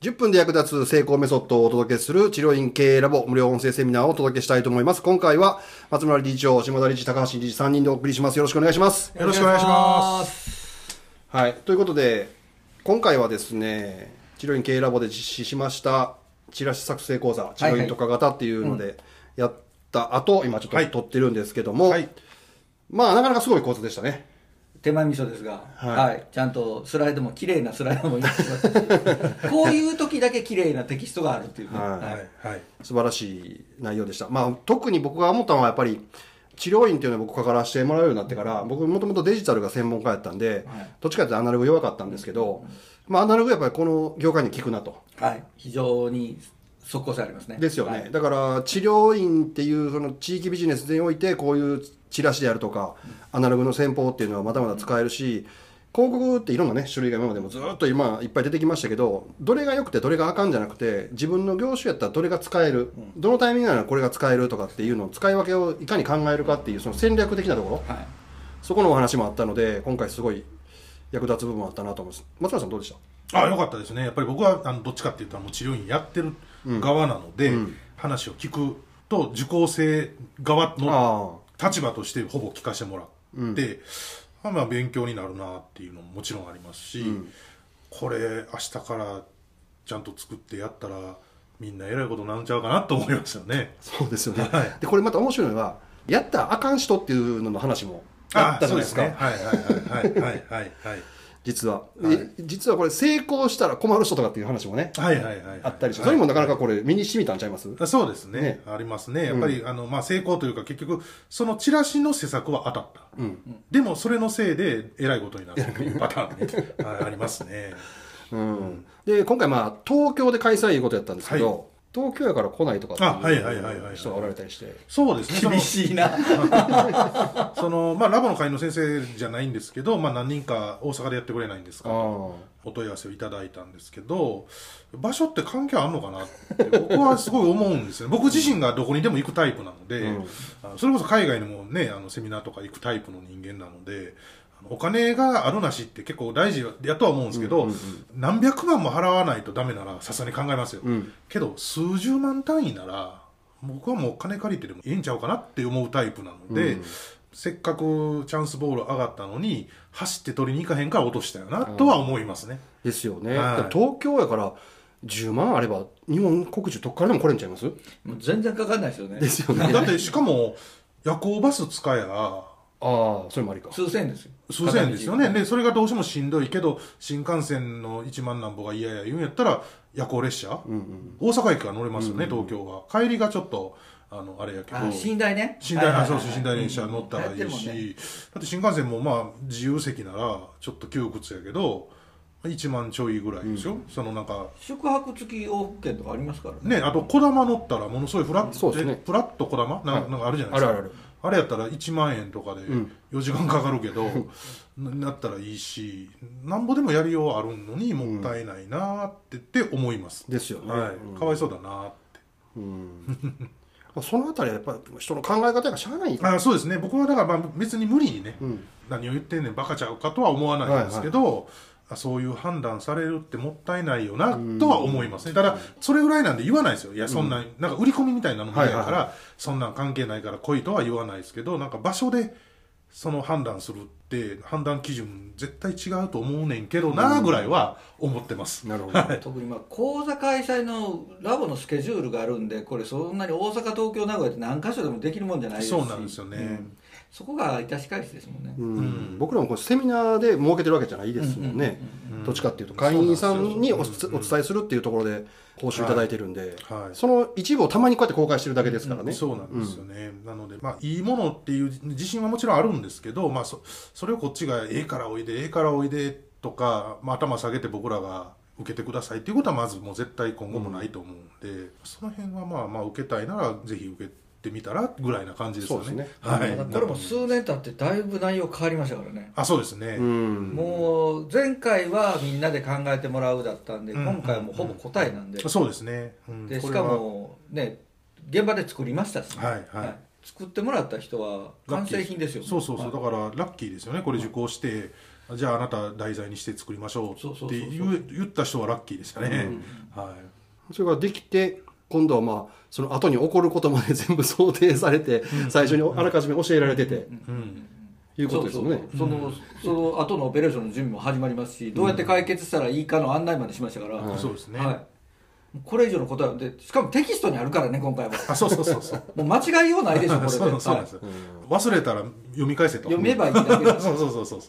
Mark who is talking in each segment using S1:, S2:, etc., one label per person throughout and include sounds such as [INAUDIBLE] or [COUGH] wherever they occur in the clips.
S1: 10分で役立つ成功メソッドをお届けする治療院経営ラボ無料音声セミナーをお届けしたいと思います。今回は松村理事長、島田理事、高橋理事3人でお送りします。よろしくお願いします。
S2: よろしくお願いします。
S1: はい。ということで、今回はですね、治療院経営ラボで実施しましたチラシ作成講座、治療院とか型っていうのでやった後、今ちょっと撮ってるんですけども、
S2: はい
S1: まあなかなかすごい講座でしたね。
S3: 手前味噌ですが、
S1: は
S3: はいいちゃんとスライドも綺麗なスライドも用意してま
S2: [LAUGHS]
S3: すしこういう時だけ綺麗なテキストがあるっていうね、
S1: はい
S3: はい
S2: はい。
S1: 素晴らしい内容でした、まあ、特に僕が思ったのはやっぱり治療院っていうのを僕からしてもらうようになってから僕もともとデジタルが専門家やったんで、どっちかっていうとアナログ弱かったんですけど、まあ、アナログやっぱりこの業界に効くなと
S3: はい非常に即効性ありますね
S1: ですよね、
S3: はい
S1: だから治療院っていうその地域ビジネスにおいてこういうチラシであるとか、アナログの戦法っていうのはまだまだ使えるし、広告っていろんなね種類が今までもずっと今いっぱい出てきましたけどどれが良くてどれがあかんじゃなくて自分の業種やったらどれが使える、どのタイミングならこれが使えるとかっていうのを使い分けをいかに考えるかっていうその戦略的なところ
S3: はい
S1: そこのお話もあったので今回すごい役立つ部分あったなと思います松村さんどうでした
S2: あ、よかったですね。やっぱり僕はあのどっちかっていうとあの治療院やってる側なので、話を聞くと受講生側の
S1: あ
S2: 立場としてほぼ聞かせてもらって、まあまあ勉強になるなっていうのももちろんありますし、これ明日からちゃんと作ってやったらみんなえらいことなんちゃうかなと思いますよね。
S1: そうですよね、
S2: はい
S1: でこれまた面白いのがやったらあかん人っていうのの話も [LAUGHS] あったじゃないですか
S2: あそうですね。はいはいはいはいはいはい。
S1: 実は、
S2: はい
S1: え実はこれ成功したら困る人とかっていう話もね
S2: はいはいはいはい。
S1: あったりして、それもなかな
S2: は
S1: かこれ身に染みたんちゃいます、
S2: い。そうですね
S1: ね
S2: ありますね。やっぱり、あの、まあ、成功というか、結局、そのチラシの施策は当たった。
S1: うん
S2: でも、それのせいで、えらいことになるというパターン、ね、はいありますね。
S1: うん、で今回まあ東京で開催いうことやったんですけど、
S2: は
S1: 東京やから来ないとかって
S2: あはいはいはいはい
S1: い
S2: は
S1: う
S2: い
S1: 人がおられたりして
S2: そうですね。その
S3: [LAUGHS] 厳しいな
S2: その、まあ、ラボの会員の先生じゃないんですけど、まあ、何人か大阪でやってくれないんです
S1: あ
S2: かと
S1: ー
S2: お問い合わせをいただいたんですけど、場所って関係あんのかなって、僕はすごい思うんです [LAUGHS] よね。僕自身がどこにでも行くタイプなので、
S1: うん
S2: あのそれこそ海外にもね、あのセミナーとか行くタイプの人間なので、あのお金があるなしって結構大事やとは思うんですけど、何百万も払わないとダメならさすがに考えますよ。
S1: うん
S2: けど、数十万単位なら、僕はもう金借りてでもいいんちゃうかなって思うタイプなので、
S1: うん
S2: せっかくチャンスボール上がったのに、走って取りに行かへんから落としたよな、とは思いますね。
S1: ですよね、
S2: はい
S1: だから東京やから10万あれば日本国中どっからでも来れんちゃいます
S3: もう全然かかんないですよね
S1: ですよね
S2: だってしかも夜行バス使えば
S1: ああそれもありか
S3: 数千円ですよ
S2: 数千円ですよね
S3: 片道
S2: でそれがどうしてもしんどいけど新幹線の1万なんぼが嫌や言うんやったら夜行列車、
S1: うんうん
S2: 大阪駅は乗れますよね、東京は帰りがちょっとあのあれやけど
S3: あ寝台ね
S2: 寝台、
S3: は
S2: あ
S3: いはい
S2: そう
S3: はい
S2: そう、寝台電車乗ったらい
S3: や
S2: い
S3: って
S2: し、
S3: るもんね
S2: だって新幹線もまあ、自由席なら、ちょっと窮屈やけど、1万ちょいぐらいですよ。そのなんか、
S3: 宿泊付き往復券とかありますからね
S2: ね、あと、小玉乗ったら、ものすごいフラッ
S1: そ
S2: ト、
S1: うですね
S2: えフラット小玉なんかなんかあるじゃな
S1: ある
S2: いですか。
S1: あるある
S2: あれやったら1万円とかで
S1: ん
S2: 4時間かかるけど、ななったらいいし、なんぼでもやりようあるのにもったいないなってって思います。
S1: ですよね、
S2: はい。かわいそうだなって。
S1: うん、そのあたりはやっぱり人の考え方がしゃあない
S2: あそうですね。僕はだからまあ別に無理にね、
S1: うん
S2: 何を言ってんねんバカちゃうかとは思わないんですけど、あそういう判断されるってもったいないよなとは思いますね。ただ、それぐらいなんで言わないですよ。いや、そんな、なんか売り込みみたいなのも嫌やから、
S1: はいはい
S2: そんなん関係ないから来いとは言わないですけど、なんか場所でその判断するって、判断基準絶対違うと思うねんけどなぐらいは思ってます。
S1: なるほど
S3: 特にまあ講座開催のラボのスケジュールがあるんでこれそんなに大阪東京名古屋って何箇所でもできるもんじゃないですし
S2: そうなんですよね
S3: んそこが致し返しですもんね、
S1: うん
S2: うん
S1: 僕らもこうセミナーで設けてるわけじゃないですもんね、
S2: うん
S1: どっちかっていうと会員さんにお,、
S2: そうなんですようん
S1: お伝えするっていうところで報酬いただいてるんで、
S2: はい
S1: その一部をたまにこうやって公開してるだけですからね、
S2: そうなんですよね、なので、まあ、いいものっていう自信はもちろんあるんですけど、まあ、そそれをこっちがええからおいでええからおいでとか、まあ、頭下げて僕らが受けてくださいっていうことはまずもう絶対今後もないと思うんで、その辺はまあまあ受けたいならぜひ受けてみたらぐらいな感じですよね
S1: そうですね
S2: はい
S3: ただこれも数年経ってだいぶ内容変わりましたからね、
S2: あそうですね、
S1: うん
S3: もう前回はみんなで考えてもらうだったんで、
S2: うん
S3: 今回はもうほぼ答えなんで,、
S2: そうですね、うん
S3: で
S2: こ
S3: し
S2: れ
S3: か
S2: は
S3: もね現場で作りましたしね、
S2: はいはい
S3: 作ってもらった人は完成品ですよ
S2: そうそうそう、
S3: はい
S2: だからラッキーですよねこれ受講して、じゃああなた題材にして作りましょ
S3: そう
S2: う
S3: そうそう
S2: って
S3: そう
S2: 言う言った人はラッキーでしたね、はい
S1: それができて今度はまあその後に起こることまで全部想定されて最初にあらかじめ教えられてて
S2: うん
S1: いうことですよね
S3: そうそうそのその後のオペレーションの準備も始まりますしどうやって解決したらいいかの案内までしましたから、
S1: はい
S2: そうですね、
S3: はい、これ以上のことはでしかもテキストにあるからね今回は
S2: あそうそうそうそう
S3: [LAUGHS] もう間違いようないでし
S2: [LAUGHS]
S3: ょこれで
S2: そうなんですそうなん
S3: はい
S2: です、忘れたら読み返せと
S3: 読めばいいだけで
S1: [LAUGHS]
S3: す
S2: そうそうそうそうっ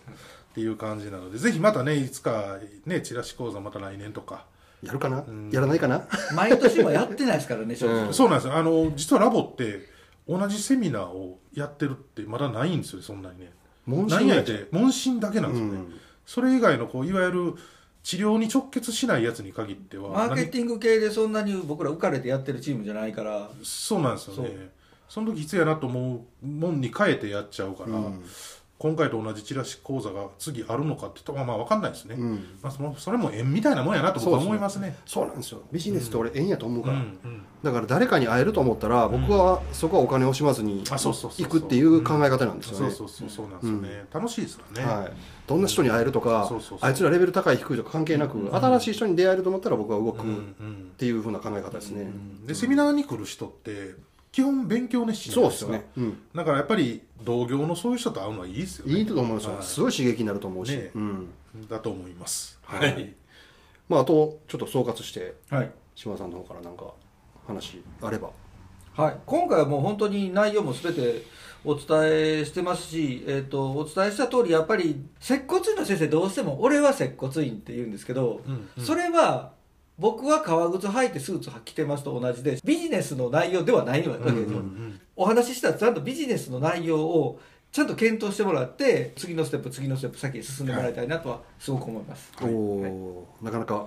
S2: ていう感じなのでぜひまたねいつかねチラシ講座また来年とか、
S1: やるかなやらないかな
S3: 毎年もやってないですからね正直、
S1: うん
S2: そうなんですよあの実はラボって同じセミナーをやってるってまだないんですよそんなにね
S1: 問
S2: なん
S1: 診
S2: や
S1: や
S2: っ
S1: で
S2: て問診だけなんですよね、
S1: うん
S2: それ以外のこういわゆる治療に直結しないやつに限っては
S3: マーケティング系でそんなに僕ら浮かれてやってるチームじゃないから
S2: 何そうなんですよ
S3: そ
S2: ねその時必要やなと思うもんに変えてやっちゃうから、
S1: うん
S2: 今回と同じチラシ講座が次あるのかって言ったらまあ分かんないですね、
S1: うん
S2: まあ、そのそれも縁みたいなもんやなと僕は思いますね
S1: そうなんですよビジネスって俺縁やと思う
S2: う
S1: から
S2: んうん
S1: だから誰かに会えると思ったら僕はそこはお金を惜しまずに
S2: あそうそうそうそう
S1: 行くっていう考え方なんですよ
S2: そう
S1: ね
S2: そうそうそうなんですよね、楽しいですよね、
S1: はいどんな人に会えるとか
S2: そうそうそう
S1: あいつらレベル高い低いとか関係なく新しい人に出会えると思ったら僕は動
S2: うんう
S1: くっ
S2: ん
S1: ていうふうな考え方ですね
S2: でセミナーに来る人って基本勉強熱心
S1: そ
S2: な
S1: うんですよねうん
S2: だからやっぱり同業のそういう人と会うのはいいですよね
S1: いいと思うんですよ、
S2: はい
S1: すごい刺激になると思うし、
S2: ね
S1: うん
S2: だと思います
S1: は
S2: はいい、
S1: まあ、あとちょっと総括して
S3: はい、
S1: 島田さんの方からなんか話あれば
S3: はい、今回はもう本当に内容も全てお伝えしてますし、えー、とお伝えした通りやっぱり接骨院の先生どうしても俺は接骨院って言うんですけど、
S2: うんうん
S3: それは僕は革靴履いてスーツ着てますと同じでビジネスの内容ではないわけですよ、
S1: うんうん
S2: うん
S3: お話ししたらちゃんとビジネスの内容をちゃんと検討してもらって次のステップ次のステップ先へ進んでもらいたいなとはすごく思います、
S1: おおー、なかなか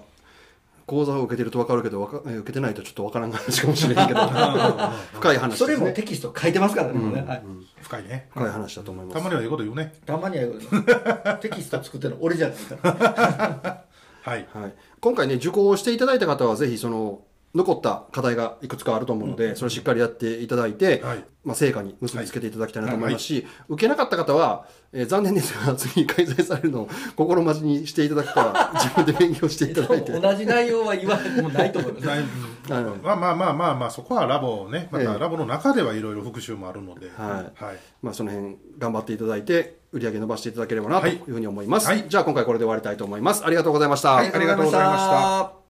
S1: 講座を受けてると分かるけどわかえー受けてないとちょっと分からん話かもしれ
S2: [LAUGHS]
S1: ないけど深い話です
S3: そ
S1: ね
S3: れもテキスト書いてますからね、もうねはい
S2: [LAUGHS] 深いね
S1: 深い話だと思います
S2: たまにはいいこと言うね
S3: たまには言うけどテキスト作ってるの俺じゃないから
S2: はい
S1: はい、今回ね受講をしていただいた方はぜひその残った課題がいくつかあると思うので、それをしっかりやっていただいて、
S2: はい
S1: まあ、成果に結びつけていただきたいなと思いますし、受けなかった方は、えー残念ですが次開催されるのを [LAUGHS] 心待ちにしていただく
S2: [LAUGHS]
S1: か自分で勉強していただいて
S3: 同じ内容は言わもうないと思います
S2: だいぶ
S1: はい
S2: まあまあまあまあまあそこはラボをねま
S1: え
S2: た
S1: え
S2: ラボの中ではいろいろ復習もあるので
S1: は
S2: はい
S1: まあ、その辺頑張っていただいて売り上げ伸ばしていただければなと
S2: はい
S1: いうふうに思います、
S2: はい
S1: じゃあ今回これで終わりたいと思いますありがとうございました、
S2: はいありがとうございました
S3: ありがとうございました